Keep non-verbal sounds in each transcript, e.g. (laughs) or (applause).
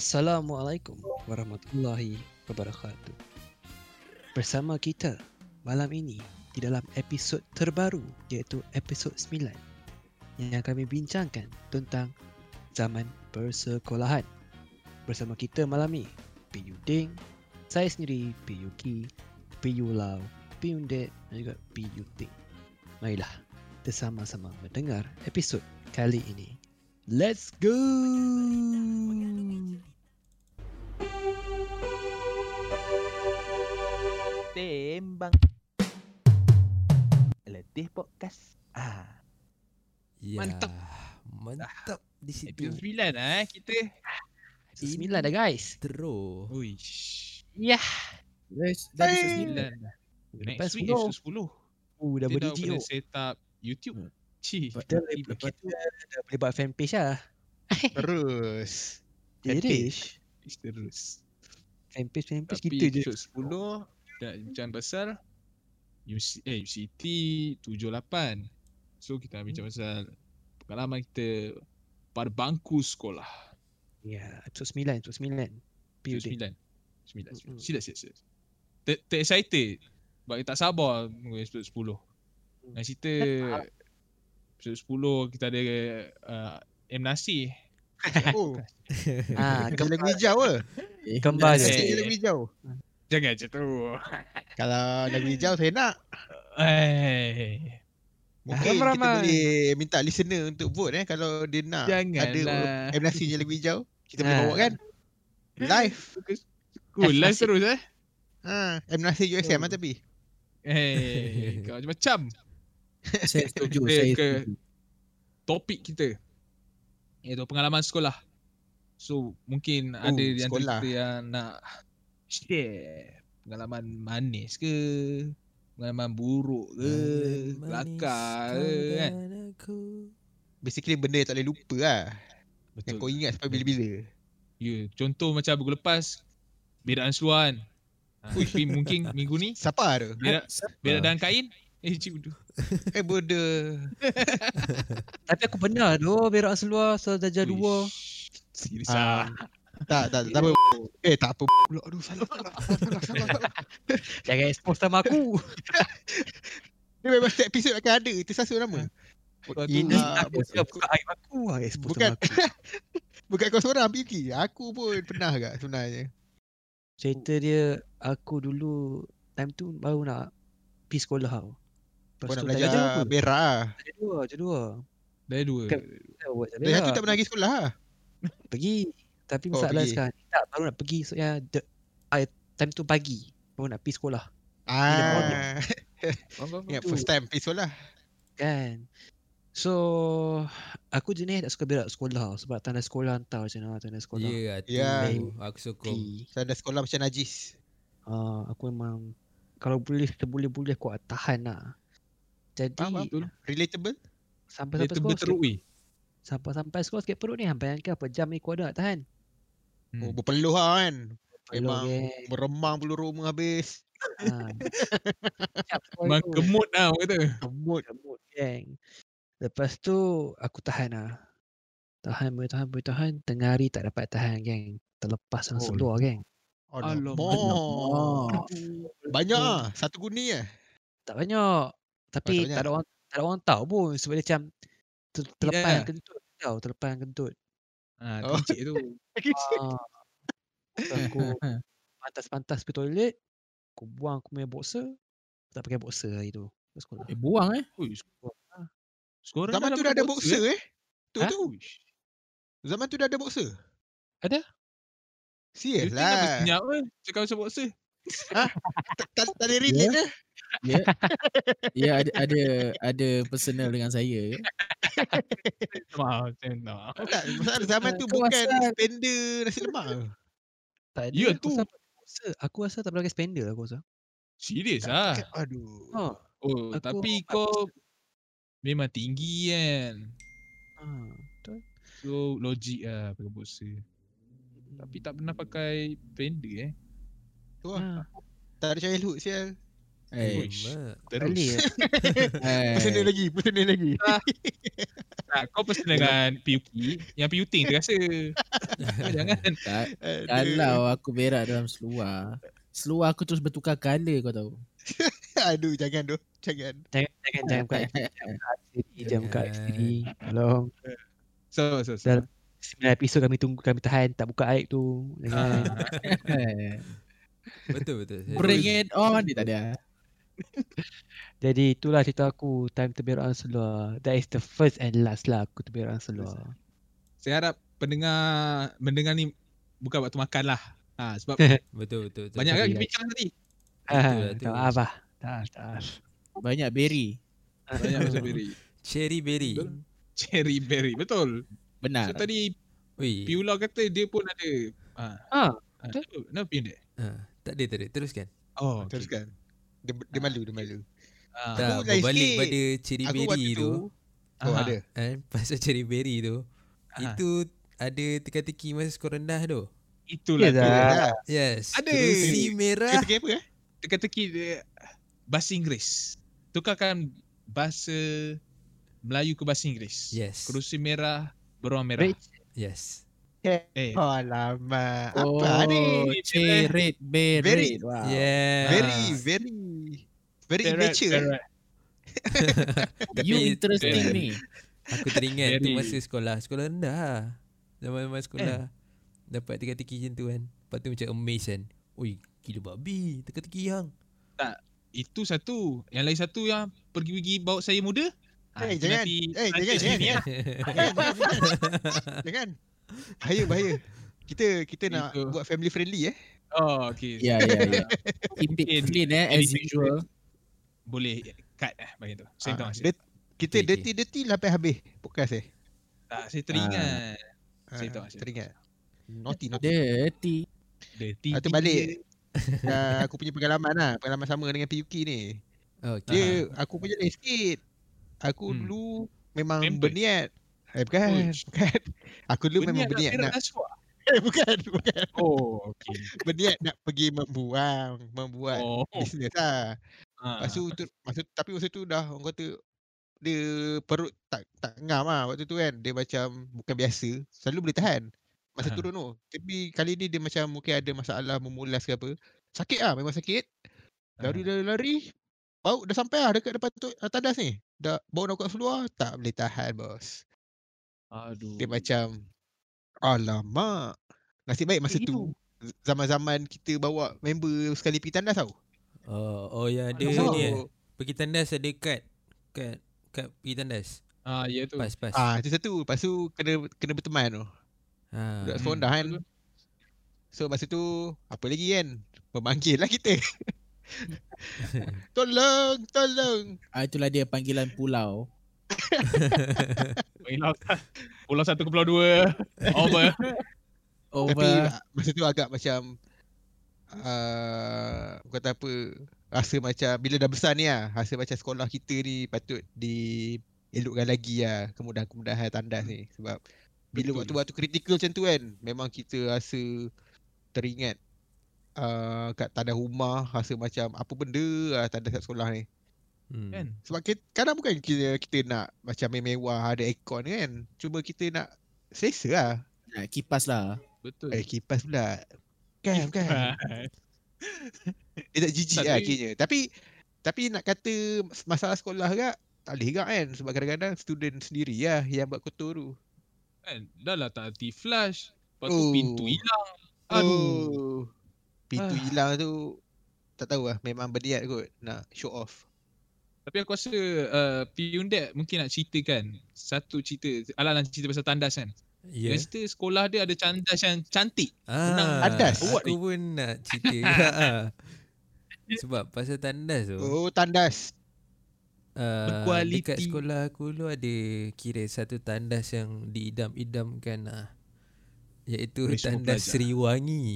Assalamualaikum warahmatullahi wabarakatuh. Bersama kita malam ini di dalam episod terbaru iaitu episod 9 yang kami bincangkan tentang zaman persekolahan. Bersama kita malam ni PU Ding, saya sendiri PU Ki, PU Lau, PU Dek dan juga PU Ting. Marilah kita sama-sama mendengar episod kali ini. Let's go! Tembang Letih podcast Ah, Ya, Mantap. Mantap di situ. Episod 9 lah eh kita. Episod 9 dah guys. Terus. Uish. Yah. Guys, Dah dah episod episode (laughs) 9 9 dah. Lepas Next week 10. episod 10. Oh, dah Hmm. Kita dah berdigit. boleh oh. set up YouTube. Cih. Kita boleh Begitu kita dah boleh buat fanpage lah. terus. Fanpage. Terus Terus. Fanpage fanpage Tapi kita je. episod 10 dah bincang pasal UC, eh, UCT 78. So kita nak bincang Hmm. pasal pengalaman kita pada bangku sekolah. Ya, episod 9, episod 9. Building. Episod Mm-mm. 9. 9. Sila sila sila. Ter, ter excited. Sebab kita tak sabar tunggu episod 10. Nak cerita episod 10 kita ada uh, M Nasir. Oh, Ah, ada kembar, lagu hijau ke? kembar Ada je. Nasib. lagu hijau. Jangan macam tu. Kalau lagu hijau saya nak. Eh. Mungkin kita Ramai-ramai. boleh minta listener untuk vote eh kalau dia nak Janganlah. ada M Nasir je lagu hijau. Kita boleh Ah. bawa kan? Live. Cool lah terus eh. Ha, M Nasir USM lah tapi. Eh, kau macam-macam (laughs) Saya setuju, Kita saya ke- setuju. topik kita. Iaitu pengalaman sekolah. So, mungkin ada di Oh, antara sekolah. kita yang nak share pengalaman manis ke, pengalaman buruk ke, kelakar ke kan. Basically benda yang tak boleh lupa lah. Yang kau Betul. ingat sampai bila-bila. Ya, contoh macam minggu lepas bedaan seluar kan. Ha, tapi mungkin minggu (laughs) ni Siapa tu? bedak bedak Ah. dan kain. Eh, cik Eh bodoh. Tapi aku benar tu berak seluar saja dua. Serius Ah, ah. tak, tak, tak, apa. Eh tak apa pula. Aduh salah, salah, salah, salah, salah. Jangan expose sama aku. Dia memang setiap episod akan ada. Itu satu nama. Ini Ah, aku sudah buka aib aku. ah, Expose Bukan. sama aku. (laughs) Bukan kau seorang Piki. Aku pun pernah agak sebenarnya. Cerita dia aku dulu time tu baru nak pergi sekolah tau. Lepas Kau nak tu belajar darjah apa? berak lah. Darjah dua, darjah dua. Dah dua. Kan. Kita buat darjah Dah tu berak. tak pernah pergi sekolah lah. Pergi Tapi Oh, masalah pergi. sekarang ni, Tak baru nak pergi So ya the, I, Time tu pagi Baru nak pergi sekolah Ah, Faham, faham, faham. ya, first time pergi sekolah. Kan So Aku jenis tak suka berak sekolah Sebab tanda sekolah hantar macam mana Tanda sekolah yeah. Ya, tu. Ya. Aku sokong. Pergi Saya dah sekolah macam najis. uh, Aku memang Kalau boleh Terboleh-boleh Aku tak tahan lah Jadi Faham, Betul. Relatable? Dia Sampai-sampai sekolah terberteruk sikit, weh. Sampai-sampai sekolah sikit perut ni Bayangkan apa jam ni Kau dah nak tahan Hmm. Oh, berpeluh lah kan. Memang Belum, eh. meremang bulu rumah habis. (laughs) Ha. Siap sekolah Memang tu. gemut lah orang kata. Gemut Gemut geng Lepas tu Aku tahan lah Tahan boleh tahan boleh tahan Tengah hari tak dapat tahan geng Terlepas dalam Oh. seluar geng Alamak. Oh, Alamak. Banyak ah, satu guni ah. Tak banyak Tapi tak tak, ada orang Tak ada orang tahu pun Sebab dia macam ter, Terlepas Tidak. yeah. kentut tau Terlepas yang kentut Ha, Oh. kecil tu. ah. So, (laughs) Aku pantas-pantas pergi toilet Aku buang aku punya boxer Aku tak pakai boxer hari tu ke sekolah. Eh, buang eh. Ui, lah. skor Zaman tu dah ada boxer eh. Tu Ha? tu. Zaman tu dah ada boxer. Ada? Serius Kenapa lah. senyap eh? Cakap pasal boxer. Tak- Tak tak ada relate eh? ke? Ya ada ada ada personal dengan saya. ya. Wow, tenang. Tak, masalah zaman tu Kau bukan asal- spender nasi lemak. Tak ada lah, Ya, aku tu. rasa tak pakai boxer. Aku rasa tak pernah pakai spender aku rasa. Serius lah. Kan? Aduh. Ha. Oh, Aku tapi hormat kau memang tinggi kan. Ha. Betul. So, logik lah pakai boxer. Tapi tak pernah pakai fender eh. lah, Ha. Tak ada childhood sial. Eh, Uish. Mak. (laughs) Terus. Pelik eh. eh, Pusing lagi, pusing lagi. Tak, kau personal dengan Piuki. Yang Piuting terasa. Kau jangan. Tak, kalau aku berak dalam seluar, seluar aku terus bertukar colour kau tahu. (laughs) Aduh, jangan doh. Jangan. Jangan jangan jangan Eh, buka (laughs) sendiri, jangan buka sendiri. Tolong. So, so, so. Dalam 9 episod kami tunggu kami tahan tak buka aib tu. Jangan. Ah. Betul betul. Saya- Eh. Bring it on Dia tak ada (laughs) Jadi itulah cerita aku time terberak dalam seluar. That is the first and last lah aku terberak dalam seluar. Saya harap pendengar mendengar ni bukan waktu makan lah. Ha, sebab Betul betul. betul. banyak kan tadi kita lah. bincang tadi. lah, Ah, tu. tak apa. Tak tak. Banyak berry Banyak (laughs) pasal berry. Cherry berry. Betul. Cherry berry. Betul. So Ah, Benar tadi Wih. Piula kata dia pun ada. Ha. Ha, Ha, Kenapa pindah? Ha, tak ada tak ada. Teruskan. Oh, okay. Teruskan. Dia, dia malu, dia malu. Ha. Tak, lain berbalik sikit. pada cherry Aku berry waktu tu. tu. Oh, Aha. ada. Eh, (laughs) pasal cherry berry tu. Aha. Itu ada teka-teki masa skor rendah tu. Ya, Itulah tu. dah. Ya. Yes. Ada. Kerusi merah. Kata apa eh? Teka-teki dia bahasa Inggeris. Tukarkan bahasa Melayu ke bahasa Inggeris. Yes. Kerusi merah, beruang merah. Yes. Eh, Ah, Alamak. Oh Apa ni? ya. Cerit Berry. berry Wow Yeah. Very, very. Very Terrat, immature. Kan? terrat. You Tapi- interesting ni Berry. Aku teringat tu Very. masa sekolah. Sekolah rendah. lah. Zaman-zaman sekolah. Dapat teka-teki macam tu kan. Lepas tu macam amazed kan. Ui, gila babi. Teka-teki hang. Itu satu. Yang lain satu yang pergi-pergi bawa saya muda. Ah, Eh, itu jangan. nanti Eh, nanti jangan, sini, jangan. Jangan, jangan, jangan. Jangan. Bahaya, bahaya. Kita kita nak Itu. buat family friendly eh. eh. Oh, okay. Ya ya (laughs) ya Keep it Mungkin- clean eh As mungkin- usual Boleh cut eh bagi tu. Saya tak Ah, masih. dia- Kita Okay, okay. dirty-dirty lah sampai habis podcast eh. Tak, Ah, saya teringat. Saya Ah, tak masuk. Teringat. Naughty, (laughs) naughty. Dirty Dirty. Ah, tu balik. Ah, aku punya pengalaman lah. Pengalaman sama dengan PUK ni. (laughs) Okay. Dia aku punya lain sikit. Aku Hmm. dulu memang Pampered. berniat. (laughs) Eh bukan, Ui. bukan. Aku dulu memang berniat lah, nak (laughs) eh, bukan, bukan. Oh, okay. Berniat nak pergi membuang, membuat Oh. bisnes lah. Ha. Lepas (laughs) tu, tu masa, tapi masa tu dah orang kata dia perut tak tak ngam lah waktu tu kan. Dia macam bukan biasa. Selalu boleh tahan. Masa Aha. turun tu. Tapi kali ni dia macam mungkin ada masalah memulas ke apa. Sakit ah memang sakit. Lari lari lari. Bau dah sampai lah dekat depan tu ah, tandas ni. Dah bau nak kat seluar tak boleh tahan bos. Aduh. Oh. Dia macam alamak. Nasib baik masa tu z- zaman-zaman kita bawa member sekali pergi tandas tau. Oh, oh ya. Dia Alamak. ni. eh. Pergi tandas ada kad. Kad. Kad pergi tandas. Ah, ya tu. Pas, pas. Ah, itu satu. Lepas tu kena kena berteman tu. Ha. Budak Hmm, sekolah kan. betul. So masa tu apa lagi kan? Memanggil lah kita. tolong, tolong. Ah, itulah dia panggilan pulau. Pulau, (laughs) pulau satu ke pulau dua. Over. Tapi (laughs) Over. ah, masa tu agak macam uh, kata apa rasa macam bila dah besar ni lah rasa macam sekolah kita ni patut di elokkan lagi lah kemudahan-kemudahan tandas ni sebab bila Betul. waktu-waktu kritikal macam tu kan memang kita rasa teringat uh, kat tandas rumah rasa macam apa benda lah tandas kat sekolah ni Hmm. Kan? Sebab kita, kadang bukan kita, kita nak macam mewah ada aircon kan. Cuma kita nak selesa lah. Nak kipas lah. Betul. Eh kipas pula. (laughs) Kan bukan. Dia tak jijik Tapi- lah akhirnya. Tapi tapi nak kata masalah sekolah juga tak boleh juga kan sebab kadang-kadang student sendiri lah yang buat kotor tu. kan? Dah lah tak hati flash. Lepas tu Oh. pintu hilang. Aduh. Oh. Pintu Ah. hilang tu tak tahu lah memang berniat kot nak show off. Tapi aku rasa uh, Piundek mungkin nak ceritakan satu cerita. Alah nak cerita pasal tandas kan. Ya. Yeah. Yang cerita sekolah dia ada tandas yang cantik. Senang Ah, tandas. Awak Aku pun nak (laughs) cerita juga. ah. Sebab pasal tandas tu. Oh tandas. Uh, Berkualiti. dekat sekolah aku dulu ada kira satu tandas yang diidam-idamkan lah. Iaitu Oleh Oleh semua tandas pelajar. Sriwangi.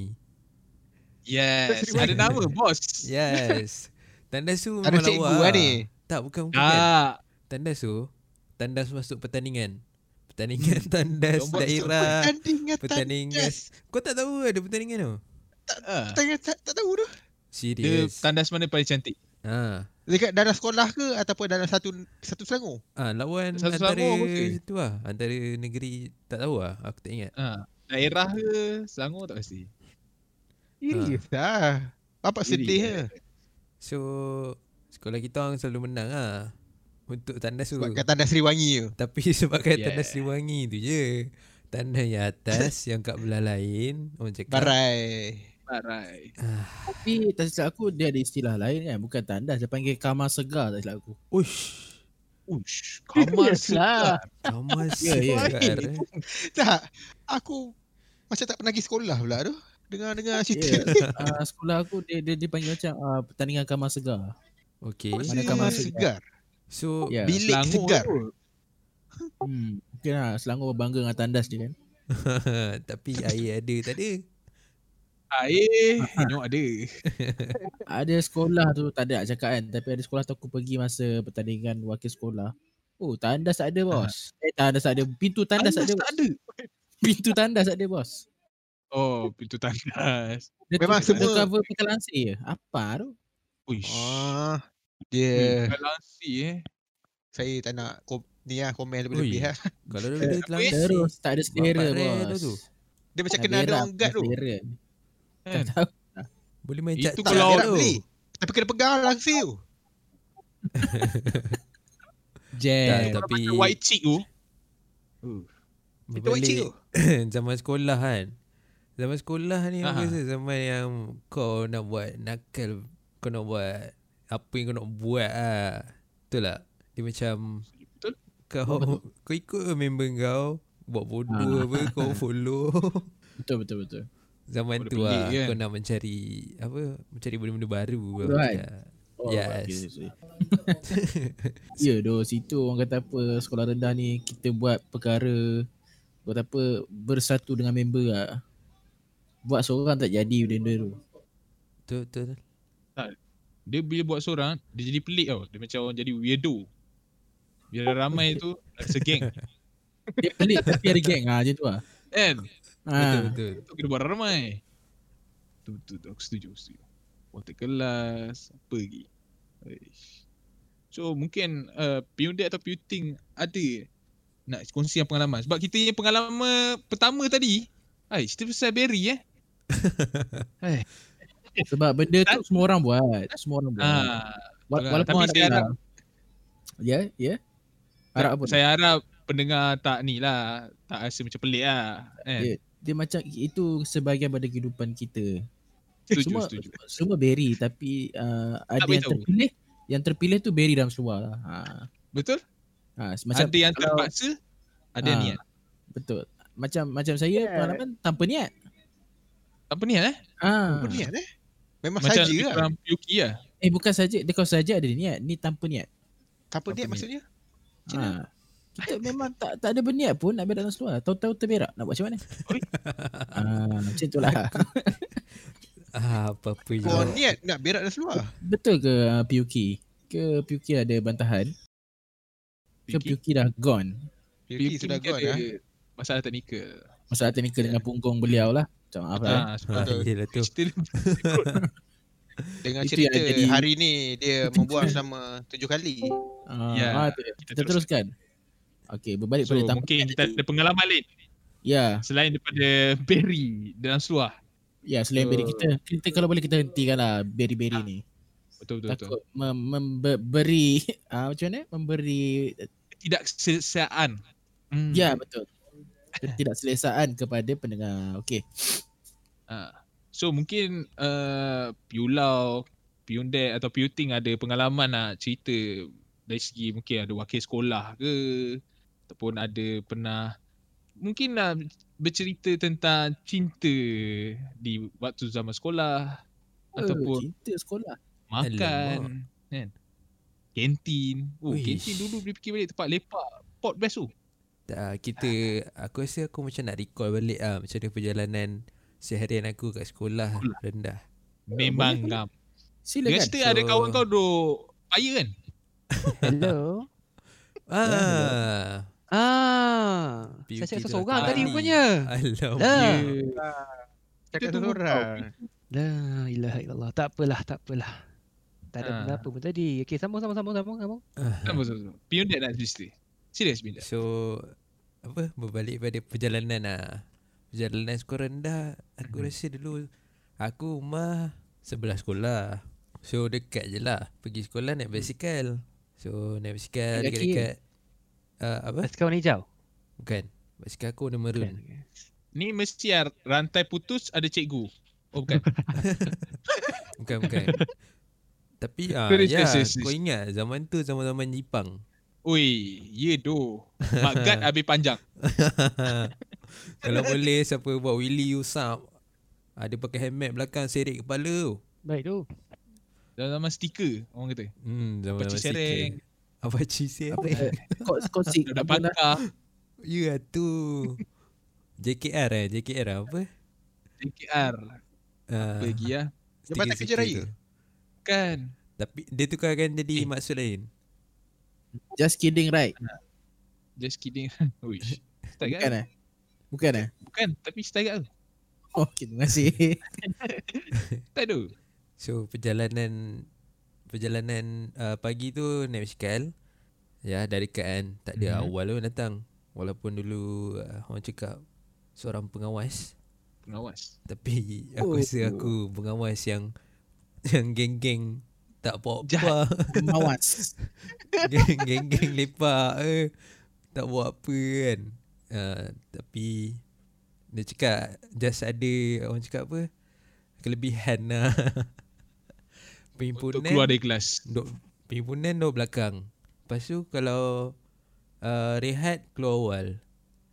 Yes. Serius? ada nama bos. (laughs) Yes. tandas tu Ada memang cikgu lawa. lah ni. Ah. Tak, bukan bukan. Tak. Tandas tu, tandas masuk pertandingan. Pertandingan (laughs) tandas Nombor daerah. Pertandingan Pertandingan. tandas. Kau tak tahu ada pertandingan tu? Ah. Pertandingan tak, tak tahu tu. Dia kan- Serius. tandas mana paling cantik? Ha. Dekat dalam sekolah ke ataupun dalam satu satu Selangor? Ah, lawan Satu antara Selangor ke? situ lah. Antara negeri tak tahu lah. Aku tak ingat. Ha. Daerah ke Selangor tak pasti. Iri ha. dah. Bapak Iri. sedih lah. je. So sekolah kita orang selalu menang lah. Untuk tandas tu. Sebab kat tandas Sriwangi tu. Tapi (laughs) sebabkan yeah. Yeah. tandas Sriwangi tu je. Tandas yang atas yang kat belah lain. Orang cakap. Barai. (laughs) Barai. Tapi tak silap aku dia ada istilah lain kan. Bukan tandas. Dia panggil kamar segar tak silap aku. Ush. Ush, Kamar kamar segar. Kamar Ya, ya. segar. eh. Tak. Aku macam tak pernah pergi sekolah pula tu. Dengar-dengar cerita. Yeah. uh, sekolah aku dia dia dipanggil macam uh, pertandingan kamar segar. Okay. Mana Mana kamar kamar segar? So Ya. Yeah. Bilik segar. Hmm. Mungkin lah Selangor berbangga dengan tandas dia kan. ha, tapi air ada tak ada. Air, minum ada. Ada sekolah tu tak ada nak cakap kan. Tapi ada sekolah tu aku pergi masa pertandingan wakil sekolah. Oh tandas tak ada bos. Eh tandas tak ada. Pintu tandas, tak ada. Tandas bos. Pintu tandas tak ada bos. Oh, pintu tandas. Dia Memang tu, semua- Dia cover pakai lansir je. Apa tu? Uish. Ah, Eh, dia Kalau si eh. saya tak nak kom- ni lah komen lebih-lebih Ui. lah. Kalau dah benda Weh, terlangsir. Terus tak ada selera Bapak rare bos. lah tau tu. Dia macam kena ada orang guard tu. Selera. Kan? Tak tahu. Boleh main Itu cat Tak, Kalau dia nak tu. beli. Tapi kena pegang lah langsir tu. tak, Jam. Eh, tapi Macam white chick tu. Itu berbalik wajib tu. zaman sekolah kan. Zaman sekolah ni Aha. aku rasa zaman yang kau nak buat nakal, kau nak buat apa yang kau nak buat ah. Betul tak? Dia macam Betul. kau kau ikut ke member kau buat bodoh apa kau follow. Betul betul betul. zaman Benda tu pelik lah kan? kau nak mencari apa mencari benda-benda baru. Betul kan? Ya. Oh, Yes. okay, sorry. (laughs) ya, doh situ orang kata apa sekolah rendah ni kita buat perkara orang kata apa bersatu dengan member lah. Buat seorang tak jadi benda tu. Betul betul. Dia bila buat seorang, dia jadi pelik tau. Dia macam orang jadi weirdo. Bila ramai tu, rasa geng. Dia pelik tapi ada geng ah macam tu lah. Kan? Betul Ha. betul. Tu kena buat ramai. Tu betul tu. Aku setuju, aku setuju. Water kelas, apa lagi. Eish. So mungkin uh, Piyundek atau Piyuting ada nak kongsikan pengalaman. Sebab kita yang pengalaman pertama tadi, Hai, cerita pasal Barry eh. Sebab benda tu semua orang buat. Semua orang buat. Ha, Wa- walaupun Tapi harap saya harap- hilang. Ya, ya. Harap apa? Saya harap pendengar tak ni lah, tak rasa macam pelik lah. Eh, Ya, Dia macam itu sebahagian pada kehidupan kita. setuju, semua- setuju. Semua berry tapi uh, ada boleh yang tahu. terpilih. Yang terpilih tu berry dalam seluar lah. Ha. Betul? Ha, macam ada yang kalau- terpaksa, ada yang Ah. niat. Betul. Macam macam saya yeah. pengalaman tanpa niat. Apa niat eh? Ah. Apa niat eh? Memang Macam saja lebih lah. kurang Piyuki lah. Eh bukan saja dia kau saja ada niat, ni tanpa niat. Tanpa Apa niat niat? maksudnya? Macam mana? Ha. Kita memang tak tak ada berniat pun nak berak dalam seluar. Tahu-tahu terberak. Nak buat macam mana? ah, macam tu lah. Ah, apa-apa je. Kau niat nak berak dalam seluar. Betul ke uh, PUK? Ke PUK ada bantahan? Ke Piyuki- PUK dah gone? Piyuki sudah mungkin gone ada lah. Masalah teknikal. Masalah teknikal dengan punggung beliau lah. Macam apa lah. Ha, sebab Ah, Betul. yelah tu. cerita dia- Dengan Itu yang cerita jadi- hari ni dia membuang selama tujuh kali. Ah, Ya, ah, tu dia. kita kita teruskan. Okey, berbalik So pada tanpa mungkin niat kita tadi. ada pengalaman lain Ya, selain daripada (laughs) Barry dalam seluar. ya selain berry So- Ah. kita, kita kalau boleh kita hentikan lah berry-berry ni. Betul betul betul. takut mem- memberi (laughs) ah macam mana memberi Tidak kesesaan. Hmm. ya betul tidak selesaan kepada pendengar okey So mungkin uh, Piulau, Piundek atau Piuting ada pengalaman nak cerita dari segi mungkin ada wakil sekolah ke ataupun ada pernah mungkin nak bercerita tentang cinta di waktu zaman sekolah Oh, ataupun cerita sekolah makan kan kantin oh Uish. kantin dulu boleh fikir balik tempat lepak pot best tu Tak, Ah, kita aku rasa aku macam nak recall balik ah macam mana perjalanan seharian aku kat sekolah Sekolah. rendah. memang boleh, kan? ngam dengan silakan cerita ada So- kawan kau duduk paya kan Hello. Ah, (laughs) Ah, Beauty saya cakap tu seorang lah tadi kali. rupanya. alamak. Dah. Cakap Kita tunggu seorang. La ilaha illallah. Tak apalah, tak apalah. Tak ada Ah. benda apa pun tadi. Okay, sambung, sambung, sambung, sambung. sambung. Kenapa sama-sama? Piondet nak cerita. Serius Piondet. So apa berbalik pada perjalanan lah. Perjalanan sekolah rendah aku hmm. rasa dulu aku rumah sebelah sekolah. So dekat je lah pergi sekolah naik basikal. So naik basikal Naik kaki ke? dekat-dekat uh, apa? Basikal warna hijau. Bukan. Basikal aku warna maroon. Kan? Ni mesti lah rantai putus ada cikgu. Oh bukan. Bukan bukan. Tapi ah Terus, ya, terus, terus. kau ingat zaman tu zaman-zaman Jepang. Ui, ye do. Mak Gad habis panjang. Kalau boleh siapa buat Willy usap. Ada pakai helmet belakang serik kepala tu. Baik tu. Dalam zaman stiker orang kata. Hmm, zaman Pakcik sering. Apa cik Apa Apa? eh, kau kau (laughs) sik Dah apa nak pakar. Ya tu. JKR eh, JKR apa? JKR. Ah, Pergi lah. Jabatan stiker-stiker Kerja Raya. tu. Kan. Tapi dia tukarkan jadi maksud lain. just kidding right? Just kidding. (laughs) Uish. Bukan Setakat. eh? Bukan eh? Bukan. Tapi setakat tu. Oh, terima (laughs) kasih. Tak ada. So perjalanan perjalanan uh, pagi tu naik basikal. Ya, dari kan tak ada Mhm. mm-hmm. awal pun datang. Walaupun dulu uh, orang cakap seorang pengawas, (laughs) Pengawas. tapi Oh. aku rasa aku pengawas yang (laughs) yang geng-geng tak buat apa. Mawas. (laughs) Geng- Geng-geng lepak eh. Tak buat apa kan uh, Tapi Dia cakap Just ada Orang cakap apa Kelebihan lah (laughs) Untuk Perhimpunan keluar dari kelas. duk, Perhimpunan duk belakang Lepas tu kalau uh, Rehat keluar awal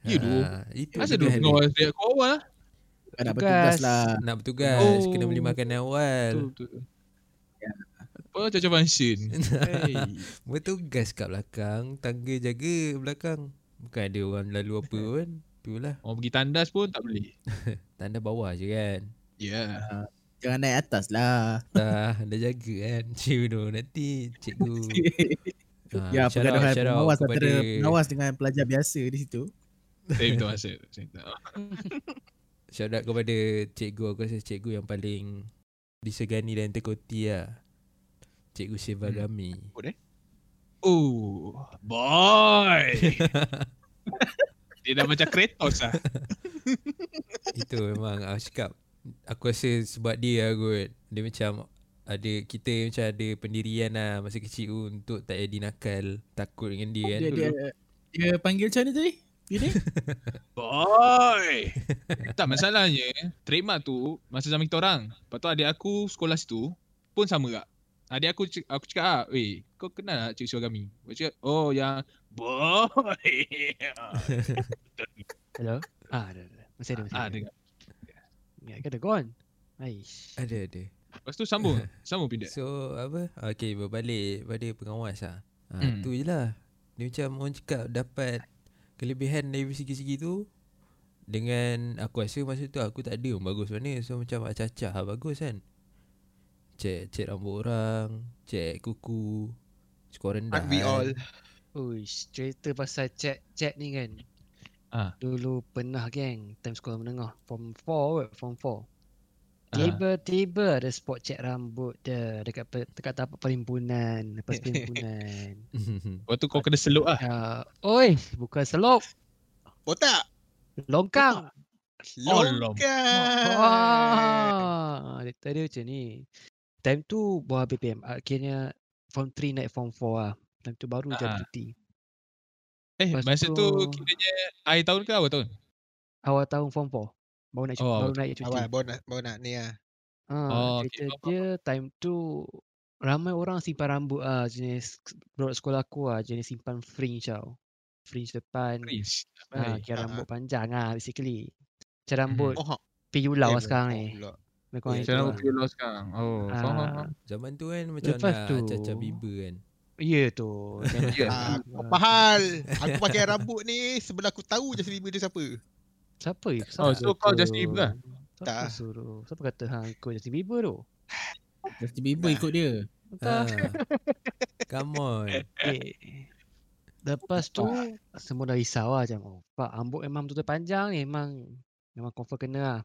Ya, Ah, doh. Itu Masa dia dulu hari. pengawas dia aku awal lah. Kau nak Tugas. bertugas lah. Nak bertugas Oh. Kena beli makanan awal Betul, betul. Apa Caca (laughs) Mansin? Hey. Bertugas kat belakang Tangga jaga belakang Bukan ada orang lalu (laughs) apa pun Itulah Orang pergi tandas pun tak boleh. Tanda bawah je kan (laughs) Ya. Jangan naik atas lah. Dah dah jaga kan (laughs) Chill tu Nanti cikgu (laughs) Hmm. Ah, (laughs) ya, shout out- pergaduhan shout out pengawas kepada- antara pengawas dengan pelajar biasa di situ. Yeah. Saya minta masa. Saya minta. Shout out kepada cikgu Aku rasa cikgu yang paling Disegani dan terkoti lah Cikgu Sivagami Oh, (laughs) boy. Dia dah macam Kratos lah. Itu memang aku cakap Aku rasa sebab dia lah kot Dia macam ada kita macam ada pendirian lah masa kecil tu untuk tak jadi nakal takut dengan dia kan Oh, Dia dia dia panggil macam mana tadi? (laughs) Dia (laughs) Boy. tak masalahnya, trademark tu masa zaman kita orang. Lepas tu adik aku sekolah situ pun sama tak. Adik aku cik- aku cakap ah, "Wei, kau kenal tak Cik Suagami?" Dia cakap, "Oh, yang boy." Hello? Ah, ada, ada. Masih ada, masih ah, ada. dengar. Ya, kena go on. Aish. Eh. ada ada Lepas tu sambung, sambung pindah. So apa Okay berbalik Pada pengawas lah ha, Hmm. Tu je lah Dia macam orang cakap Dapat Kelebihan dari segi-segi tu Dengan Aku rasa masa tu Aku tak ada yang bagus mana So macam acah-acah lah bagus kan Cek Cek rambut orang Cek kuku Skor rendah kan. Aren't we all? Uish, cerita pasal chat-chat ni kan. Ah. Dulu pernah geng time sekolah menengah form 4 kot, form 4. Ah. Tiba-tiba ada spot chat rambut dia dekat pe- dekat tapak perhimpunan, lepas perhimpunan. (laughs) Lepas tu kau kena seluk lah. Ah, oi, bukan selop, Botak. longkang. Lolom. Longkan. Ah. Wah, Ah, dia tadi macam ni. Time tu buah BPM. Akhirnya form 3 naik form 4 lah. Time tu baru Ah. jadi cuti. Eh, Lepas masa tu tu- Hmm. kiranya akhir tahun ke awal tahun? Awal tahun form 4. Baru naik cuti, Oh, baru naik cuti. Awal baru nak, baru nak ni lah. Oh, Ah, okey, cerita faham, faham, dia time tu ramai orang simpan rambut ah jenis budak sekolah aku ah jenis simpan fringe tau. Fringe depan. Prince. Ah, Hai. kira Ah, rambut panjang ah basically. Macam rambut Mm-hmm. Oh, piulau eh, lah sekarang ni. pula. Lebih kurang eh, itu macam Macam lah. aku pilih sekarang. Oh, Ah, faham, faham, faham. (laughs) Zaman tu kan Macam Lepas nak tu- Caca biba kan Ya tu. (laughs) macam Ya. tu. Ah, Ah, Apa hal? Aku pakai rambut ni sebelum aku tahu je selima dia siapa. Siapa yang Oh, so kau suruh? Justin Bieber lah? Siapa Tak. suruh? Siapa kata hang ikut Justin Bieber tu? tiba-tiba ikut dia. Entah. ha. Come (laughs) on Eh. Lepas tu semua dah risau lah macam oh, Pak ambuk memang betul-betul panjang ni memang memang confirm kena lah.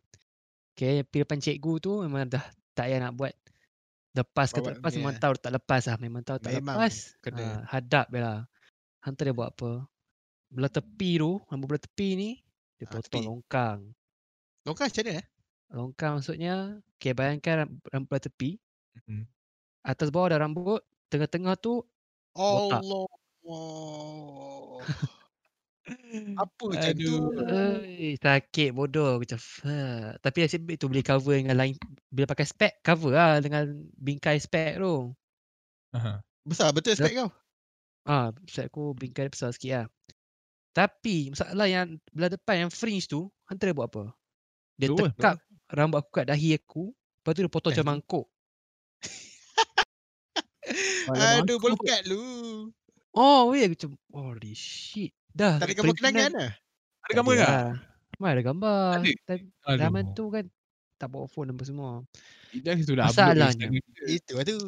Okay, pergi depan cikgu tu memang dah tak payah nak buat. Lepas ke tak Bawa lepas dia. memang tahu tak lepas lah. Memang tahu tak Memang lepas. kena. Ha, hadap je lah. Hantar dia buat apa. Belah tepi tu, rambut belah tepi ni, dia Ah, potong tepi. longkang. Longkang macam mana eh? Longkang maksudnya, okay bayangkan ram- rambut belah tepi. Mhm. Hmm. Atas bawah ada rambut, tengah-tengah tu Botak. Allah. Apa macam tu? Oi, sakit bodoh macam fuck. Tapi nasib baik tu boleh cover dengan lain bila pakai spek cover lah dengan bingkai spek tu. Aha. Besar betul spek kau? Ah, spek aku bingkai dia besar sikit lah. Tapi masalah yang belah depan yang fringe tu, hantar dia buat apa? Dia Betul, tekap rambut aku kat dahi aku, lepas tu dia potong macam Eh. (laughs) mangkuk. Aduh, boleh buka. kat lu. Oh, weh aku macam holy shit. Dah. Tak ada gambar kenangan perikinan- lah. Ada gambar tak? tak? ada lah. Mana ada gambar. Ada? Tapi Aduh. Zaman tu kan tak bawa phone apa semua. Ida sudah Masalahnya. upload Instagram kita. Itu lah tu.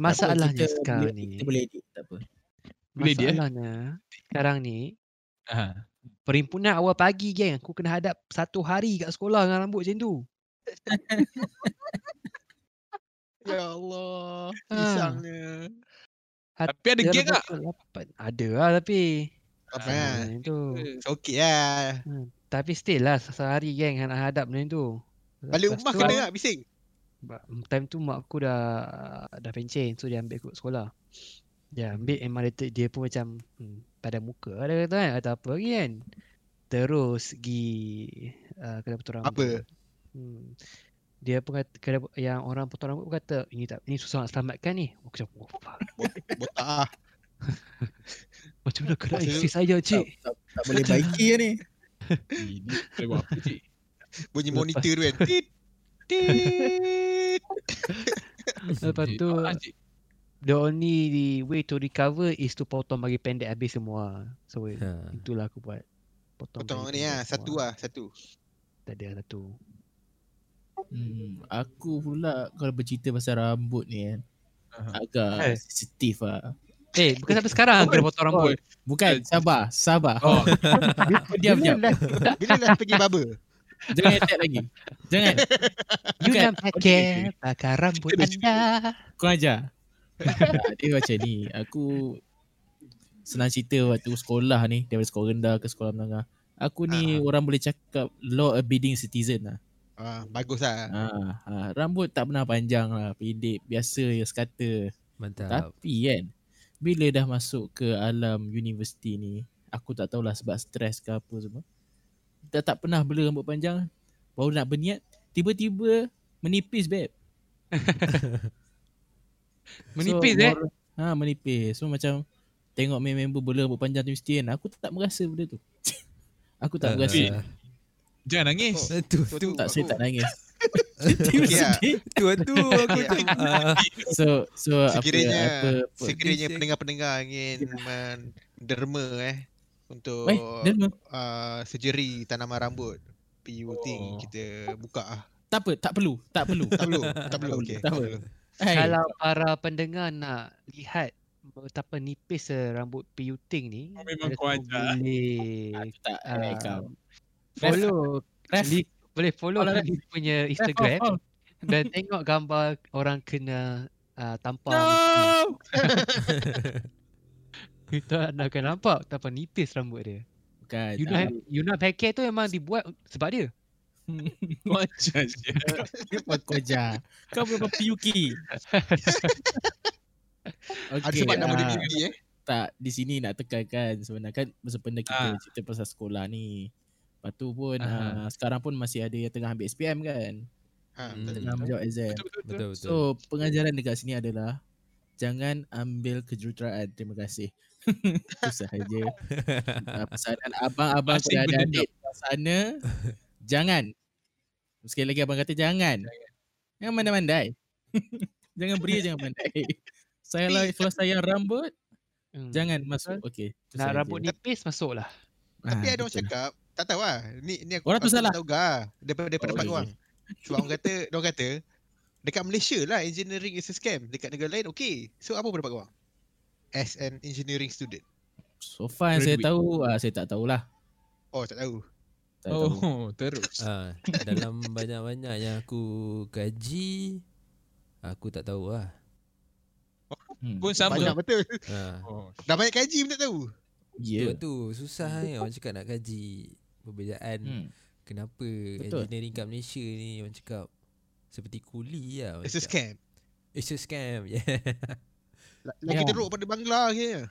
Masalahnya kita sekarang boleh, ni. Kita boleh edit, tak apa. Boleh dia? eh? Masalahnya sekarang ni Aha. perhimpunan awal pagi geng aku kena hadap satu hari kat sekolah dengan rambut macam tu. Ya Allah. Ha. Pisangnya. Tapi ada geng tak? Ah, tak? Ada lah tapi. Apa Sama kan? macam tu. Okey lah. Tapi still lah se- sehari geng nak hadap benda tu. Balik Lepas rumah tu, kena tak bising? ba- mm, Time tu mak aku dah dah pencen so dia ambil aku kat sekolah. Dia ambil memang dia, dia pun macam hmm, pada muka lah dia kata kan atau apa lagi kan. Terus pergi uh, kedai potong rambut. Apa? Hmm. Dia pun kata, kedai, po- yang orang potong rambut pun kata ini tak ini susah nak selamatkan ni. Aku macam oh, fuck. (laughs) Botak ah. macam mana kedai Maksud- isteri saya Tak, cik. tak, tak (laughs) boleh baiki lah ni. Ini boleh buat apa cik? Bunyi Lepas- monitor tu kan. Tit. Tit. (laughs) Lepas Cik, tu tak lah, cik. the only the way to recover is to potong bagi pendek habis semua. So (laughs) Ha. itulah aku buat. Potong, Potong bagi pendek ni ah, semua. satu ah, satu. Tak ada lah satu. Hmm, aku pula kalau bercerita pasal rambut ni kan. Aha. Agak Eh. sensitif lah. Eh, bukan sampai sekarang kena potong rambut. (laughs) Bukan, sabar, sabar. Oh, Diam, diam. Bila lah pergi baba? (laughs) Jangan attack lagi. Jangan. You Bukan. nak pakai bakar rambut anda. Kau (laughs) ajar Tak, Dia macam ni Aku Senang cerita waktu sekolah ni Daripada sekolah rendah ke sekolah menengah Aku ni orang boleh cakap Law abiding citizen lah Ah, bagus lah. ha, ha, Rambut tak pernah panjang lah Pendek Biasa ya sekata Mantap. Tapi kan Bila dah masuk ke alam universiti ni Aku tak tahulah sebab stres ke apa semua Dah tak pernah bela rambut panjang Baru nak berniat Tiba-tiba Menipis beb Menipis so, eh. moral- Ha menipis. So macam tengok main member bola rambut panjang tu mesti kan. Aku tak merasa benda tu. (laughs) aku tak merasa. eh, Jangan nangis. Oh, Tu so tu tu tak saya aku- tak (laughs) nangis. Okey lah. tu tu (laughs) aku Okay. tu. Ah, So so apa Sekiranya apa, apa Sekiranya Apa- pendengar-pendengar ingin menderma eh untuk Weh, derma. uh, surgery tanaman rambut peeling Oh. kita buka ah. Tak apa, tak perlu, tak perlu. Tak perlu, tak perlu. Okey. Tak Eh, Tak apa. perlu. Hai. Kalau para pendengar nak lihat betapa nipis eh, rambut piuting ni. Oh, anda memang kau semua ajar. Boleh Aku tak uh, kau. follow. Ref, li- Boleh follow Follow, kan Ref. dia punya ref, off, Instagram off. dan tengok gambar orang kena uh, tampar. No. (laughs) Kita anda akan nampak betapa nipis rambut dia. Bukan. You tak know, you know pakai tu memang dibuat sebab dia. Oh. (laughs) Macam je. Kenapa kau ajar? Kau berapa PUK? okay, Ada sebab nama dia ah. PUK eh. tak di sini nak tekankan sebenarnya kan sebenarnya kita Ah. cerita pasal sekolah ni. Lepas tu pun uh, Aha. sekarang pun masih ada yang tengah ambil SPM kan. Ha, Hmm. betul. Tengah menjawab exam. Betul betul. betul. Betul betul. So pengajaran dekat sini adalah jangan ambil kejuruteraan. Terima kasih. (laughs) Itu sahaja. Ah, Pesanan abang-abang Masih kepada berdendam. adik sana jangan. Sekali lagi abang kata jangan. Jangan mandai-mandai. (laughs) jangan beria jangan pandai. Saya lah- kalau saya rambut Hmm. jangan masuk. Okey. itu Nak sahaja. rambut nipis masuk lah. Tapi Ah, ada orang betul. cakap tak tahu lah. Ni ni aku Orang tu aku tak salah. Tahu gak daripada daripada pendapat Oh, orang. Sebab orang kata, (laughs) orang kata dekat Malaysia lah engineering is a scam. Dekat negara lain okey. So apa pendapat kau? As an engineering student. So far yang saya Graduate. tahu ah saya tak tahulah. Oh tak tahu. Tak tahu. Oh, terus. (laughs) Ah, dalam banyak-banyak yang aku kaji aku tak tahu lah. Hmm. Pun sama. Banyak betul. Ha. (laughs) Oh, Dah banyak kaji pun tak tahu. Yeah. Ya. Tu, susah ni orang cakap nak kaji perbezaan hmm. Hmm. kenapa Betul. Betul. engineering kat Malaysia ni orang cakap seperti kuli lah. orang It's a cakap. scam. It's a scam. Yeah. La- Yeah. Lagi teruk pada Bangla akhirnya.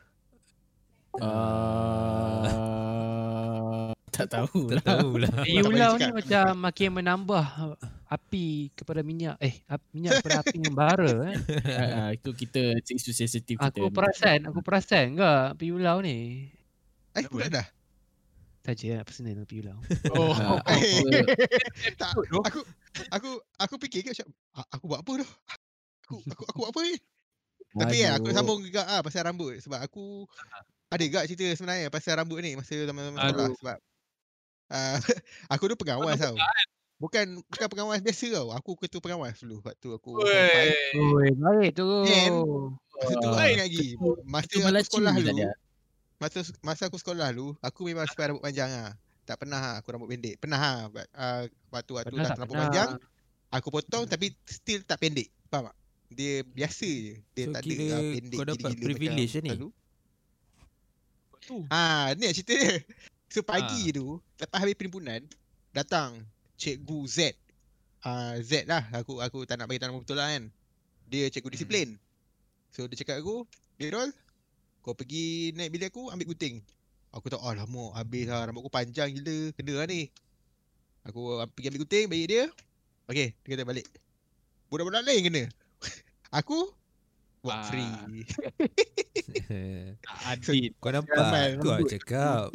Ah, tak tahu tak lah. tahu lah. tak boleh Iulau ni cakap. macam makin menambah uh, api kepada minyak. Eh, ap- minyak kepada api membara. Eh. Ah, ah, itu kita isu sensitif kita. Ah, Aku perasan, aku perasan ke Piulau ni? Eh, budak dah. Saja lah personal dengan Piulau. oh. Ah, apa- Tak. Aku aku aku fikir ke macam "A- aku buat apa dah? Aku aku aku buat apa ni? Tapi kan aku Aduh. sambung juga ah pasal rambut sebab (laughs) aku ada juga cerita sebenarnya pasal rambut ni masa zaman-zaman sekolah Aduh. sebab ah, (laughs) aku dulu pengawas tau. Bukan bukan pengawas biasa tau. Aku ketua pengawas dulu waktu aku Weh. Oi, baik tu. Ken. Masa tu Wah. lain Ah, lagi. Masa Ketua aku Malachi sekolah ni tak dulu. ada. Masa masa aku sekolah dulu, aku memang suka rambut panjang ah. Tak pernah ah aku rambut pendek. Pernah ah but, ah, waktu waktu Pernah dah tak rambut pernah? panjang, aku potong tapi still tak pendek. Faham tak? Dia biasa je. Dia So, tak ada kira ah, kau pendek dapat gila-gila privilege macam ni? dulu. Tu. Ah, ni lah cerita dia. So pagi tu, lepas habis perhimpunan, datang cikgu Z. Ah Z lah aku aku tak nak bagi tahu nama betul lah kan. Dia cikgu disiplin. So dia cakap aku, Birol, kau pergi naik bilik aku ambil kuting. Aku tak alamak habis lah rambut aku panjang gila kena lah ni. Aku ah, pergi ambil kuting bagi dia. Okey, dia kata balik. Budak-budak lain kena. (laughs) aku buat Ah. free. Tak adil. (laughs) Kau Ramai nampak? Aku rambut. aku cakap.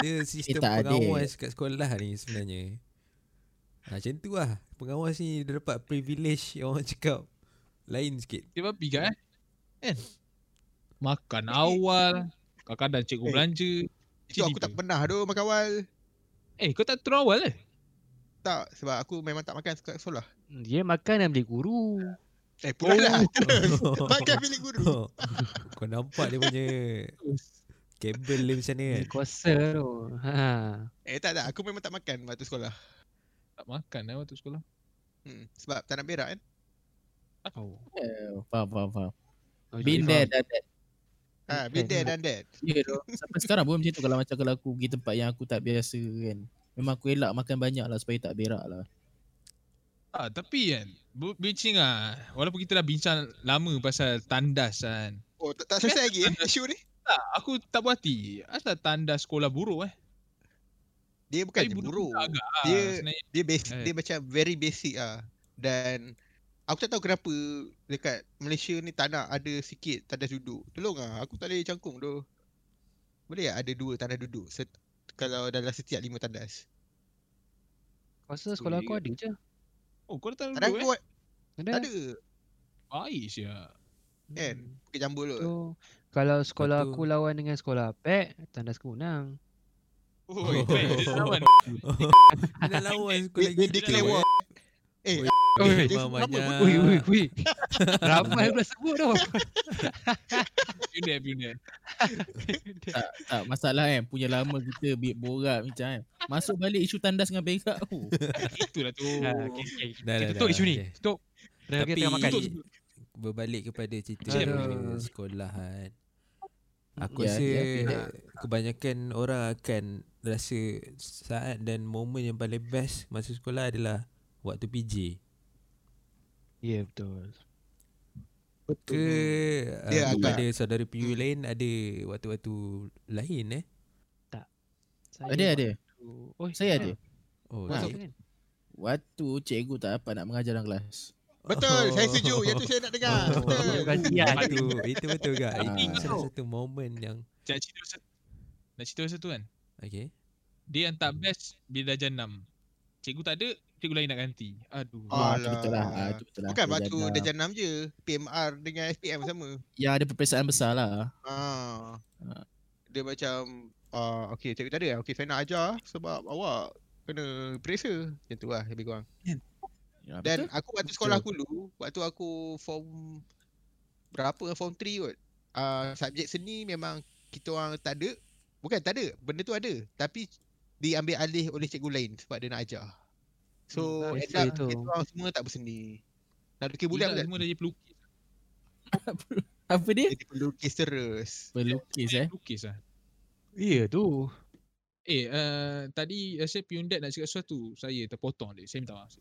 Dia sistem tak ada. pengawas kat sekolah ni sebenarnya. Ha, macam tu lah. Pengawas ni dia dapat privilege yang orang cakap lain sikit. Dia babi kat eh. Kan? Makan awal. Kadang-kadang cikgu Eh. belanja. Itu aku tak pernah tu makan awal. Eh kau tak turun awal eh? Tak sebab aku memang tak makan kat sekolah. Dia makan dan beli guru. (laughs) Eh Oh. pula lah terus Pakai bilik guru (laughs) Kau nampak dia punya kabel dia macam ni kan? Dia kuasa tu. Ha. Eh tak tak aku memang tak makan waktu sekolah Tak makan eh waktu sekolah. hmm, Sebab tak nak berak kan Oh. Eh, Faham, faham, faham. Okay, Been faham. there, done that. ha, Been there done that Ya doh. Sampai sekarang pun macam tu kalau macam kalau aku pergi tempat yang aku tak biasa kan. Memang aku elak makan banyak lah supaya tak berak lah. Ah, tapi kan bu- Bincang lah Walaupun kita dah bincang lama pasal tandas kan Oh tak, tak selesai (laughs) lagi eh isu ni Tak, aku tak puas hati Asal tandas sekolah buruk eh Kan Dia bukan Tapi je buruk budak agak lah Dia- sebenarnya. Dia basic, Eh. dia macam very basic ah Dan Aku tak tahu kenapa Dekat Malaysia ni tanah ada sikit tandas duduk Tolong ah aku tak boleh cangkung tu Boleh tak ada dua tandas duduk set, Kalau dalam setiap lima tandas Kuasa sekolah aku ada je. Oh kau dah tak duduk eh Tandas aku buat tak Ada. ada Baik siap kan Bukit jambul tu Oh. So, kalau sekolah Lepas tu- aku lawan dengan sekolah Pek, tandas aku menang. Oh, (laughs) oh, dia lawan. Dia dah lawan sekolah Dia, dia, dia kita, clear eh. war Eh Oi, dia lama Memang banyak. ui, ui, ui. Ramai pula sebut tau. Pioneer, pioneer. Tak masalah kan. Punya lama kita bi- borak macam kan. Masuk balik isu tandas dengan berak aku. Itulah tu. Ha, okay, okay. Dah, dah, Kita tutup dah, isu ni. okay. Tutup. Dah kita Tapi tengah makan. Tutup. berbalik kepada cerita Siap. Aduh. sekolah kan. Ya, Aku yeah, rasa ya, ya. kebanyakan orang akan rasa saat dan momen yang paling best masa sekolah adalah waktu PJ. Ya, yeah, betul. Ke uh, Ya, agak. kepada saudara PU lain ada waktu-waktu lain eh? Saya Ada ada. waktu- Oi, Saya ada. Oh, Ha. eh. Kan? Waktu cikgu tak dapat nak mengajar dalam kelas. Betul, saya setuju. Yang tu saya nak (laughs) dengar. Oh. Betul. Gantian. itu, itu betul ke? Itu Ah. salah satu momen yang Nak cerita pasal Nak cerita pasal tu kan. Okay Dia yang tak best bila darjah 6. Cikgu tak ada, cikgu lain nak ganti. Aduh. Ah. Ah, tu betul lah. Ah, tu betul lah. Bukan Dia batu jangan- dah jenam je. PMR dengan (laughs) SPM sama. yang Ya, ada perperiksaan besar lah. Ah. Ah. Dia macam ah okey cikgu tak ada. Okey saya nak ajar sebab awak kena periksa. Macam tu lah lebih kurang. Ya, Dan betul. aku waktu sekolah aku dulu, waktu aku form berapa form 3 kot. Ah subjek seni memang kita orang tak ada. Bukan tak ada, benda tu ada tapi diambil alih oleh cikgu lain sebab dia nak ajar. So, Hmm, end biasa up tu. kita orang semua tak berseni. Nak dukir bulan Budak pula. semua dah jadi pelukis. Apa (laughs) dia? Jadi pelukis terus. Pelukis eh. Lukis lah Ya tu. Eh uh, tadi rasa Piondet nak cakap sesuatu Saya terpotong dia Saya minta maaf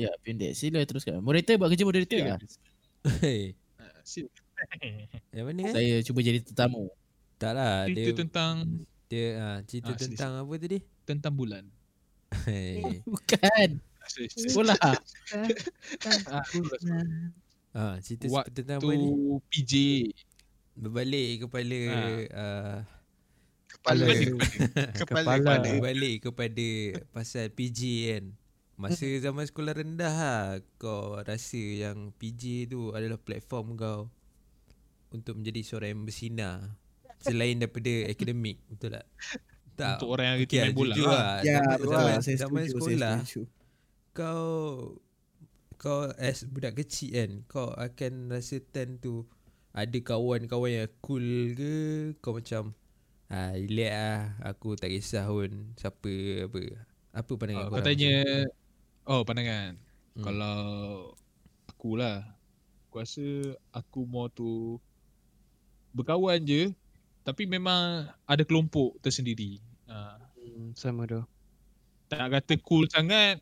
Ya, pendek. Sila teruskan. Moderator buat kerja moderator Ya. yeah. Hey, uh, sila. yang mana kan? Saya cuba jadi tetamu. Tak lah Cerita dia, tentang dia ah, cerita Ah, sila, tentang apa tadi? Tentang bulan Hey. Bukan. Sorry, sorry. Bola. Ah, ah, cerita Waktu- Waktu... tentang Tu apa ni? PJ Berbalik kepada ah. Kepala. (laughs) Kepala. Kepala. Kepala. Balik kepada pasal PJ kan Masa zaman sekolah rendah lah Kau rasa yang PJ tu adalah platform kau Untuk menjadi seorang yang bersinar Selain daripada akademik Betul tak? Tak Untuk orang yang okey reti main bola jujur lah. lah. Zaman- zaman, Ya, saya zaman setuju, saya sekolah setuju. Kau Kau as budak kecil kan Kau akan rasa tend to Ada kawan-kawan yang cool ke Kau macam Ah, relax lah Aku tak kisah pun Siapa apa Apa pandangan Ah, korang Kau tanya Oh pandangan Hmm. Kalau Akulah Aku rasa Aku more tu Berkawan je Tapi memang Ada kelompok tersendiri Ah, Hmm, sama tu. Tak kata cool sangat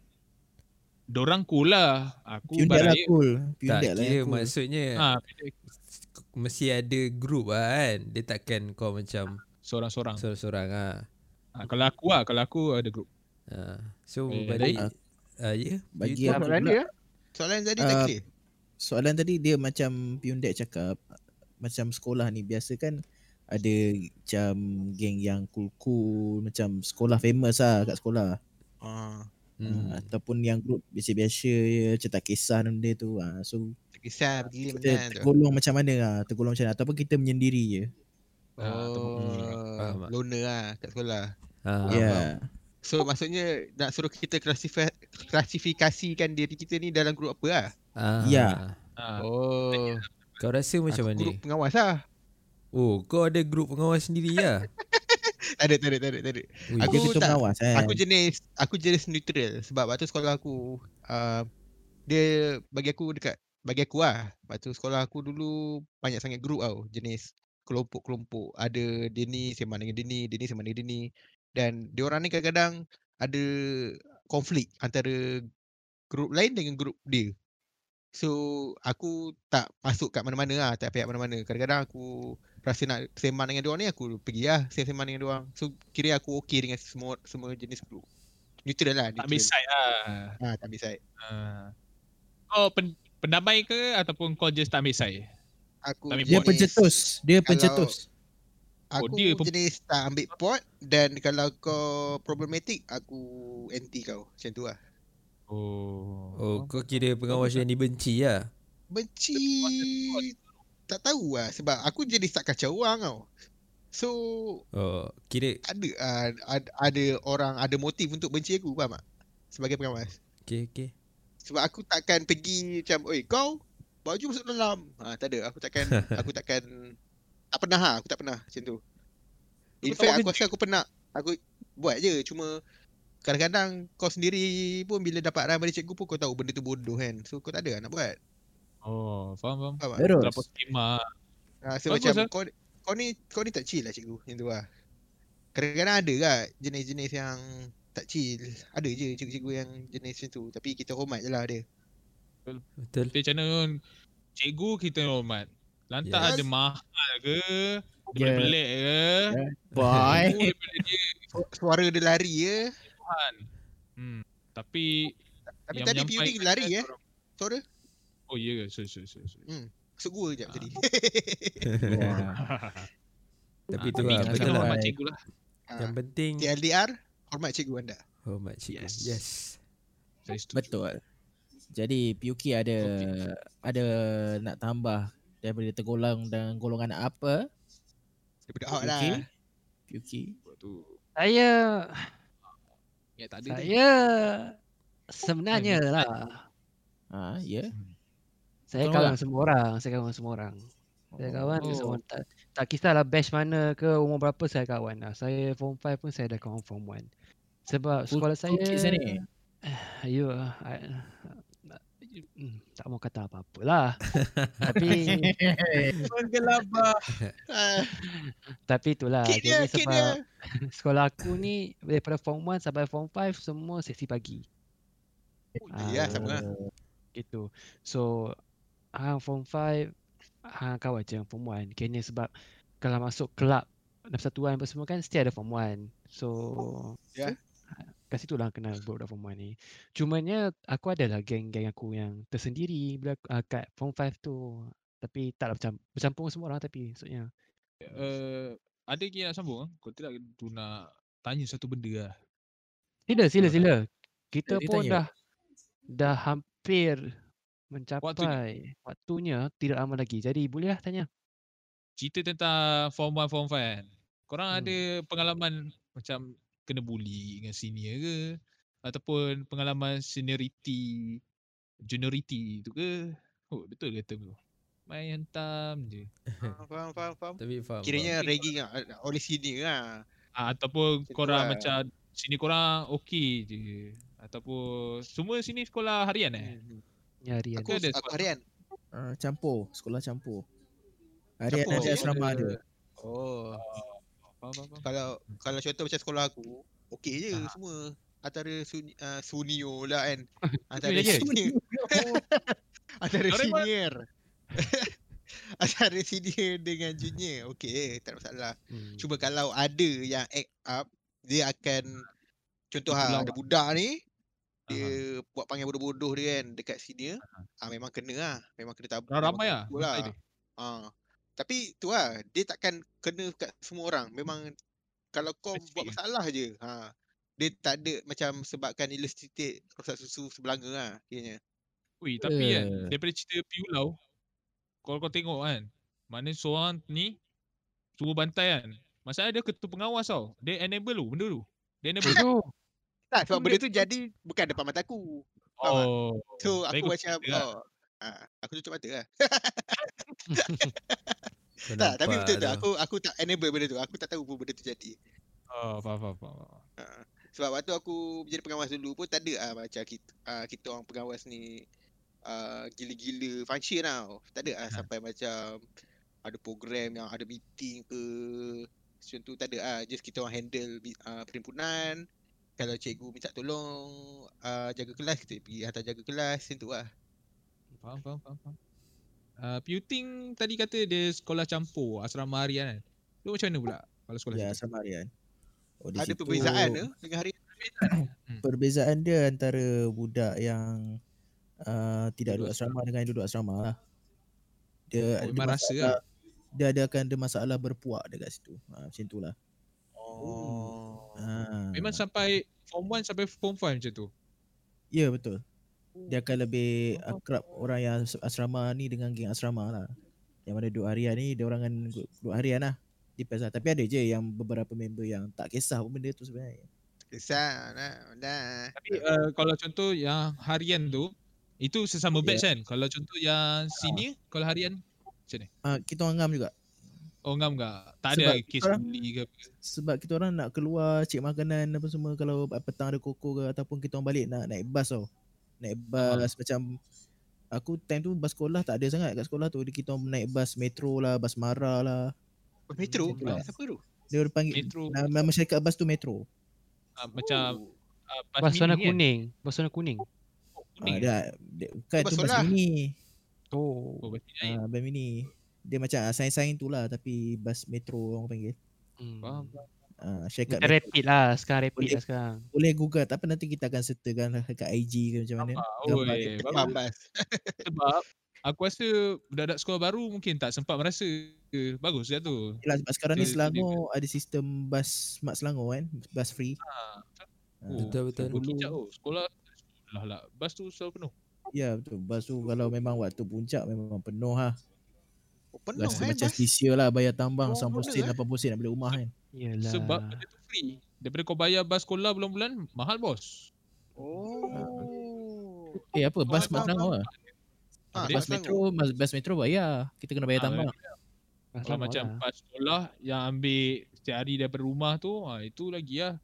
Dorang cool lah Aku Pundek lah barang cool. Tak Pundek lah kira yang cool. maksudnya ha, Mesti ada group lah kan Dia takkan kau macam Seorang-seorang Sorang-sorang lah ha, Kalau aku lah Kalau aku ada group ha. So Eh, balik ah. uh, Ya Bagi you apa talk. pula? Soalan tadi tak Ah, clear. soalan tadi dia macam Pundek cakap macam sekolah ni biasa kan ada macam geng yang cool-cool macam sekolah famous lah kat sekolah Ah, hmm. hmm. ataupun yang group biasa-biasa je macam tak kisah dan benda tu ha. so tak kisah kita pergi mana tu. Ah, tergolong macam mana lah tergolong macam mana ataupun kita menyendiri je Faham Oh, tak? loner lah kat sekolah. ha, ya yeah. So maksudnya nak suruh kita klasifika- klasifikasikan diri kita ni dalam grup apa lah? ha. Ya. ha, Oh, Kau rasa macam aku mana grup pengawas lah. Oh kau ada group pengawas sendiri (laughs) lah Tak ada, tak ada, tak ada, tak ada. Aku Ui, aku kita tak- pengawas kan Aku jenis aku jenis neutral sebab waktu sekolah aku uh, dia bagi aku dekat bagi aku lah waktu sekolah aku dulu banyak sangat group tau jenis kelompok-kelompok ada dia ni sembang dengan dia ni dia ni sembang dengan dia ni dan dia orang ni kadang-kadang ada konflik antara grup lain dengan grup dia so aku tak masuk kat mana-mana lah tak payah mana-mana kadang-kadang aku rasa nak sembang dengan dia orang ni aku pergi lah sembang dengan dia orang so kira aku okey dengan semua semua jenis group neutral lah Tak ambil side lah ha, tak ambil side ha. Kau pen, pendamai ke Ataupun kau just tak ambil side Tak aku ambil dia jenis- pencetus dia Kalau- pencetus Oh, aku dia pem- jenis tak ambil pot dan kalau kau problematik aku anti kau macam tu lah Oh, Oh kau kira pengawas yang dibenci lah benci lah, tak tahu lah sebab aku jenis tak kacau orang tau so Oh kira ada ah, ad- ada orang ada motif untuk benci aku faham tak sebagai pengawas Okay okay Sebab aku takkan pergi macam Oi kau baju masuk dalam ha, Tak ada aku (laughs) takkan Aku takkan Tak pernah ha, aku tak pernah macam tu In Kau tak fact buat aku rasa aku pernah Aku buat je cuma Kadang-kadang kau sendiri pun bila dapat arahan dari cikgu pun kau tahu benda tu bodoh kan So kau tak ada lah nak buat oh faham faham Faham tak? terus Terlalu skema Ha, so Bagus macam lah. kau, kau ni kau ni tak chill lah cikgu Macam tu lah Kadang-kadang ada lah jenis-jenis yang tak chill Ada je cikgu-cikgu yang jenis macam tu Tapi kita hormat je lah dia (laughs) Betul Kita macam mana pun, Cikgu kita hormat Lantak Yes. ada mahal ke Dia Yeah. yeah. pelik ke boy Cikgu daripada dia Su- Suara dia lari je Tuhan hmm. Tapi Tapi tadi PUD lari eh. Suara Oh ya yeah. Sorry sorry sorry, sorry. masuk gua je Ah. tadi. Tapi Ah, tu lah kita Betul kena lah hormat cikgu lah Ha. Yang penting TLDR hormat cikgu anda. Hormat cikgu Yes. Yes Saya setuju Betul. Jadi PUK ada ada nak tambah daripada tergolong dan golongan apa? Daripada awak lah. PUK? PUK. tu. Saya Ya tak ada saya sebenarnya lah Ha, ya. Yeah. saya kawan Kawan semua orang, saya kawan semua orang. Saya kawan oh. semua orang. tak, tak kisahlah batch mana ke umur berapa saya kawan lah. Saya form 5 pun saya dah kawan form 1. Sebab sekolah saya Kids ni. Ya, I- mm, uh, tak mau kata apa-apa lah. tapi (laughs) Menggelabah. Ah, tapi itulah. Kid Jadi Ah, dia, kid sebab dia. sekolah aku ni daripada form 1 sampai form 5 semua sesi pagi. Ah. Oh, Ya, sama lah. Gitu. So hang form 5 hang kau aja yang form 1. Kena sebab kalau masuk kelab dan persatuan apa semua kan still ada form 1. So Ya. Kat situ lah kenal budak-budak form 1 ni. Cumanya aku ada lah geng-geng aku yang tersendiri bila aku- ah, kat form 5 tu. Tapi taklah macam bercampur dengan semua orang tapi maksudnya. Uh, ada lagi nak sambung? eh? Kalau tidak tu nak tanya satu benda lah. Sila sila sila. Kita Dia pun tanya. dah dah hampir mencapai waktunya, tidak lama lagi. Jadi bolehlah tanya. Cerita tentang form 1 form 5 kan. Korang Hmm. ada pengalaman macam kena bully dengan senior ke ataupun pengalaman seniority juniority tu ke? Oh, betul ke term tu? Main hentam je. Ah, Faham, faham, faham. Tapi faham. Kiranya ragging ah, ah, oleh sini lah. Ah, ataupun Macam tu korang lah. macam sini korang okey je. Ataupun semua sini sekolah harian eh? Hmm. Nyari Aku, aku... ada aku sekolah. harian. Uh, campur, sekolah campur. Harian Campur, ada ya. asrama ada. Oh. Faham, faham, faham. Kalau kalau contoh macam sekolah aku, okey Ah. je semua. Antara suni, uh, sunio lah (laughs) kan. Antara je. senior. (laughs) Antara Ya Orang buat- senior. (laughs) Antara senior dengan junior. Okey, tak ada masalah. Hmm. Cuma kalau ada yang act up, dia akan contoh ha, Dipulau. lah. ada budak ni, dia buat panggil bodoh-bodoh dia kan dekat senior. Ah ha, memang kena lah. Memang kena tabur. Orang ramai lah. Lah. Ramai dia. Ha. Tapi tu lah, dia takkan kena kat semua orang. Memang kalau kau Spesifik buat eh. masalah je, ha. Dia tak ada macam sebabkan nila setitik rosak susu sebelanga lah kiranya. Ui, tapi kan Eh. daripada cerita Piulau, kalau kau tengok kan, mana seorang ni suruh bantai kan. Masalah dia ketua pengawas tau. Dia enable tu, benda tu. Dia (laughs) enable. (laughs) Aduh, Tak, sebab benda tu jadi bukan depan mata aku. faham oh. So Baik aku kau macam, cerita lah. oh, ha, aku tutup mata lah. Tak, tapi betul tu. lah. Aku aku tak enable benda tu. Aku tak tahu pun benda tu jadi. Oh, faham, faham, faham. faham. Ha. Sebab waktu aku jadi pengawas dulu pun tak ada ah macam kita ah, kita orang pengawas ni ah, gila-gila function tau. Tak ada ah Ha. sampai macam ada program yang ada meeting ke macam tu tak ada ah just kita orang handle bi- ah, perhimpunan kalau cikgu minta tolong ah, jaga kelas kita pergi hantar jaga kelas macam tu lah. Faham, faham, faham. faham. Uh, Puting tadi kata dia sekolah campur, asrama harian kan. Tu macam mana pula kalau sekolah Ya, yeah. asrama harian. Oh, di Ada situ- perbezaan ke dengan hari Perbezaan dia antara budak yang uh, tidak Duduk duduk asrama dengan yang duduk asrama lah. Dia Oh, ada memang rasa masalah, dia ada akan ada masalah berpuak dekat situ. Ha, macam itulah. Oh. Ha. Memang sampai form 1 sampai form 5 macam tu. Ya betul. Dia akan lebih akrab orang yang as- asrama ni dengan geng asrama lah. Yang mana duduk harian ni dia orang kan gu- duduk harian lah. Depends lah. Tapi ada je yang beberapa member yang tak kisah pun benda tu sebenarnya. Kesan lah. Dah. Tapi uh, kalau contoh yang harian tu, itu sesama batch kan. Kalau contoh yang senior, kalau harian Ah kita orang ngam juga. Oh ngam enggak? Tak Sebab ada lagi kes orang- bully ke apa. Sebab kita orang nak keluar cek makanan apa semua kalau petang ada koko ke ataupun kita orang balik nak naik bas tau. Naik bas macam aku time tu bas sekolah tak ada sangat kat sekolah tu. Dia Kita orang naik bas metro lah, bas mara lah. Metro? Macam tu lah. Ah, Siapa tu? Dia orang panggil Metro nama masyarakat bas tu metro. ah, macam ah, bas bas warna mini kan? kuning. Bas warna kuning. Oh, Ah, kuning. eh? dia, dia, bukan Bas tu bas sekolah. mini. Oh. Oh, bas mini. Eh. Ah, bas mini. Dia macam ah, sains-sains tu lah tapi bas metro orang panggil. Hmm. Faham. Ah, Kita syarikat metro. rapid lah sekarang rapid Boleh. lah sekarang. Boleh google tak apa nanti kita akan sertakan lah kat IG ke macam mana. Nampak, Gambar oi, (laughs) dia bagus. Bambas. Sebab aku rasa budak-budak sekolah baru mungkin tak sempat merasa ke. Bagus lah tu. Yelah sebab sekarang ni Betul, betul Selangor ada sistem bas Mat Selangor kan, bas free. Ah. Ha. Oh, Betul, betul. Dulu. Oh, sekolah sekolah lah. Bas tu selalu penuh. Ya betul. Bas tu kalau memang waktu puncak memang penuh lah. Oh, penuh Rasa kan macam bas? sisir lah bayar tambang Oh, oh, 90 betul, sen, eh. 80 sen nak balik rumah kan. Yalah. Sebab benda tu free. Daripada kau bayar bas sekolah bulan-bulan, mahal bos. Oh. Eh apa bas faham, Mat Selangor lah. Ah, Dia Bas Selangor. metro bas, bas metro bayar. Kita kena Ah, bayar tambah. Bas Kalau lama macam lah. bas sekolah yang ambil setiap hari daripada rumah tu, ha, itu lagi lah.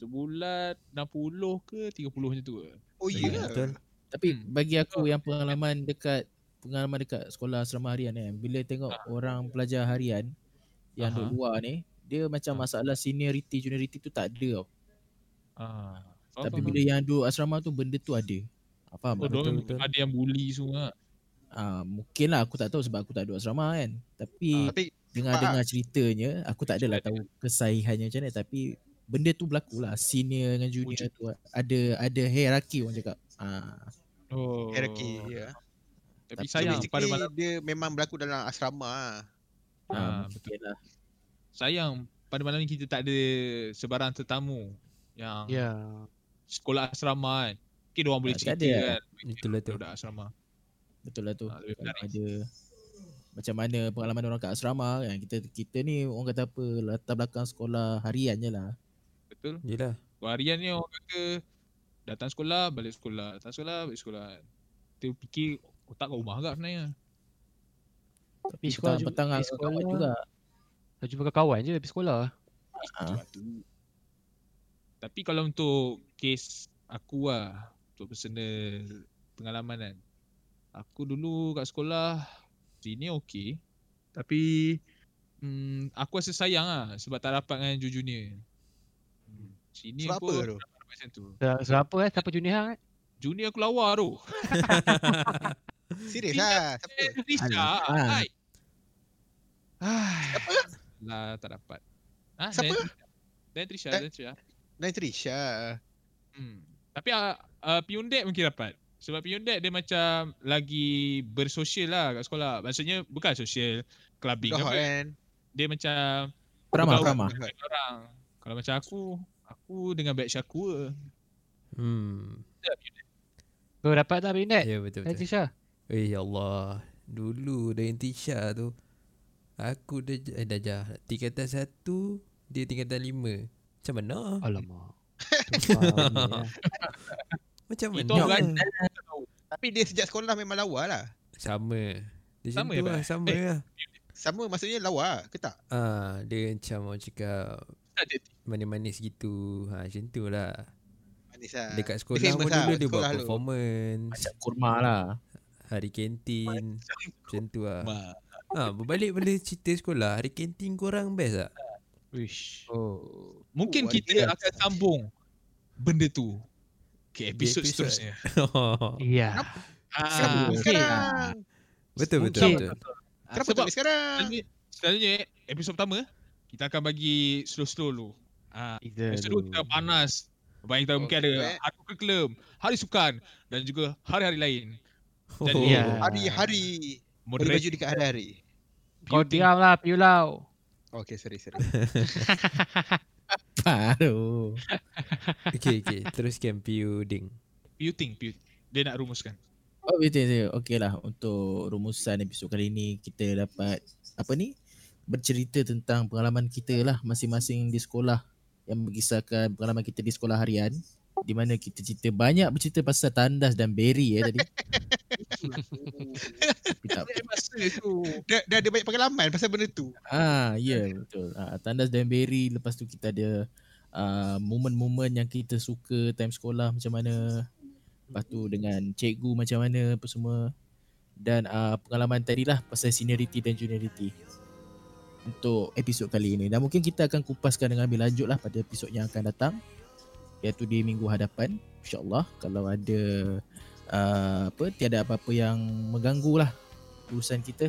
Sebulan 60 ke 30 macam tu. ke. Oh, ya. betul. Tapi Hmm. bagi aku yang pengalaman dekat pengalaman dekat sekolah asrama harian eh, bila tengok orang pelajar harian yang duduk Aha. luar ni, dia macam Ah. masalah seniority juniority tu tak ada tau. Ah. Faham, Tapi faham. bila yang duduk asrama tu benda tu ada. Ah, Faham? oh, tak? dorang betul. ada yang bully semua. Ah, mungkin lah aku tak tahu sebab aku tak duduk asrama kan. Tapi Tapi dengar-dengar ceritanya aku tak adalah tahu kesahihannya macam mana tapi benda tu berlaku lah senior dengan junior tu ada ada hierarki orang cakap ah Oh. hierarki ya. Tapi Tapi sayang so, pada pada malam dia memang berlaku dalam asrama lah. Ah, ah betul. betul lah sayang pada malam ni kita tak ada sebarang tetamu yang yeah. Ya. sekolah asrama kan. Mungkin orang boleh Ah, tak cerita ada. kan. Itulah tu. Budak asrama. betul lah tu Ah, lebih Kalau menarik. ada macam mana pengalaman orang kat asrama kan kita kita ni orang kata apa latar belakang sekolah harian je lah Betul. Yelah Kalau harian ni orang kata datang sekolah, balik sekolah, datang sekolah, balik sekolah. Kita fikir otak kat rumah agak sebenarnya. tapi Pergi sekolah juga- petang petang pergi aku kawan sekolah. juga Kau jumpa kawan je habis sekolah. ah Tapi kalau untuk kes aku lah, untuk personal pengalaman kan. Aku dulu kat sekolah, sini okey. Tapi hmm, aku rasa sayang lah sebab tak rapat dengan junior. Hmm. Sini Sebab apa pun tu? rapat macam tu. Siapa eh? Siapa junior hang eh? Junior aku lawa tu. Serius Tidak. lah. Siapa? Eh, Risa, Alah, ah. hai. Hai. Lah tak dapat. Ha, Siapa? Dan Trisha, Eh. Dan Trisha. Dan Trisha. Hmm. Tapi uh, uh, Piundek mungkin dapat. Sebab Piundek dia macam lagi bersosial lah kat sekolah. Maksudnya bukan sosial clubbing Dah hot apa. kan? Dia macam Prama Tahu. Prama Dah hot. orang. Kalau macam aku, aku dengan batch aku je. Hmm Kau dapat tak Binet? Ya betul Eh betul Tisha. Eh ya Allah Dulu dengan Tisha tu Aku dah eh, dah jah Tingkatan satu Dia tingkatan lima Macam mana? Alamak. Tu faham ni, eh. Macam Itu mana? orang Tapi dia sejak sekolah memang lawa lah. Sama Dia Sama sama je, tu lah Pak? Sama Eh. lah Sama maksudnya lawa ke tak? ah, Dia macam orang cakap Tak ada Manis-manis gitu ha, Macam tu lah Manis lah. Dekat sekolah famous pun lah, dulu dia buat sekolah dulu. performance macam kurma lah (laughs) Hari kantin Macam tu Ah. lah rumah. ha, Berbalik pada cerita sekolah Hari kantin korang best tak? (laughs) Wish. Oh Mungkin Oh, kita ada. akan sambung benda tu ke Di episod episod. seterusnya. Ya. Ah, Kenapa mungkin. sekarang? Betul betul, Mungkin. betul. Kenapa tak sebab boleh sekarang? Selanjutnya, selanjutnya episod pertama kita akan bagi slow-slow dulu. Ah, episod dua kita panas. Banyak kita Oh, mungkin ada correct. Hari Curriculum, Hari Sukan dan juga hari-hari lain. Jadi, Oh. Ya. Hari-hari. Berbaju Moderate dekat hari-hari. Kau diam lah Piulau. Okay, sorry, sorry. baru Okay okay Teruskan PU Ding Puting, Puting. Dia nak rumuskan. Oh betul betul. Okey lah untuk rumusan episod kali ni kita dapat apa ni bercerita tentang pengalaman kita lah masing-masing di sekolah yang berkisahkan pengalaman kita di sekolah harian di mana kita cerita banyak bercerita pasal tandas dan beri eh tadi. Tapi tak Dia masa tu. Dah, dah ada banyak pengalaman pasal benda tu. Ah, ya yeah, betul. Ah, tandas dan berry lepas tu kita ada ah, momen-momen yang kita suka time sekolah macam mana. Lepas tu dengan cikgu macam mana apa semua. Dan ah, pengalaman tadilah pasal seniority dan juniority. Untuk episod kali ini dan mungkin kita akan kupaskan dengan lebih lanjut lah pada episod yang akan datang iaitu di minggu hadapan insyaallah kalau ada ah, apa tiada apa-apa yang mengganggu lah urusan kita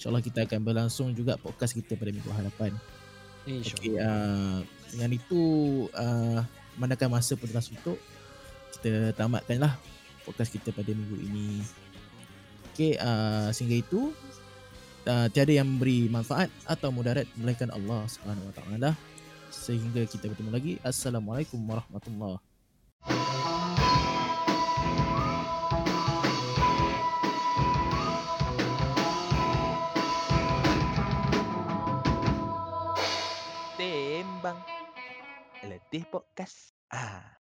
InsyaAllah kita akan berlangsung juga podcast kita pada minggu hadapan. Okey, uh, dengan itu uh, mandakan masa pun telah suntuk. Kita tamatkanlah podcast kita pada minggu ini. Okey, uh, sehingga itu uh, tiada yang memberi manfaat atau mudarat melainkan Allah Subhanahu Wa Taala. Sehingga kita bertemu lagi. Assalamualaikum warahmatullahi Tembang Letih Podcast Ah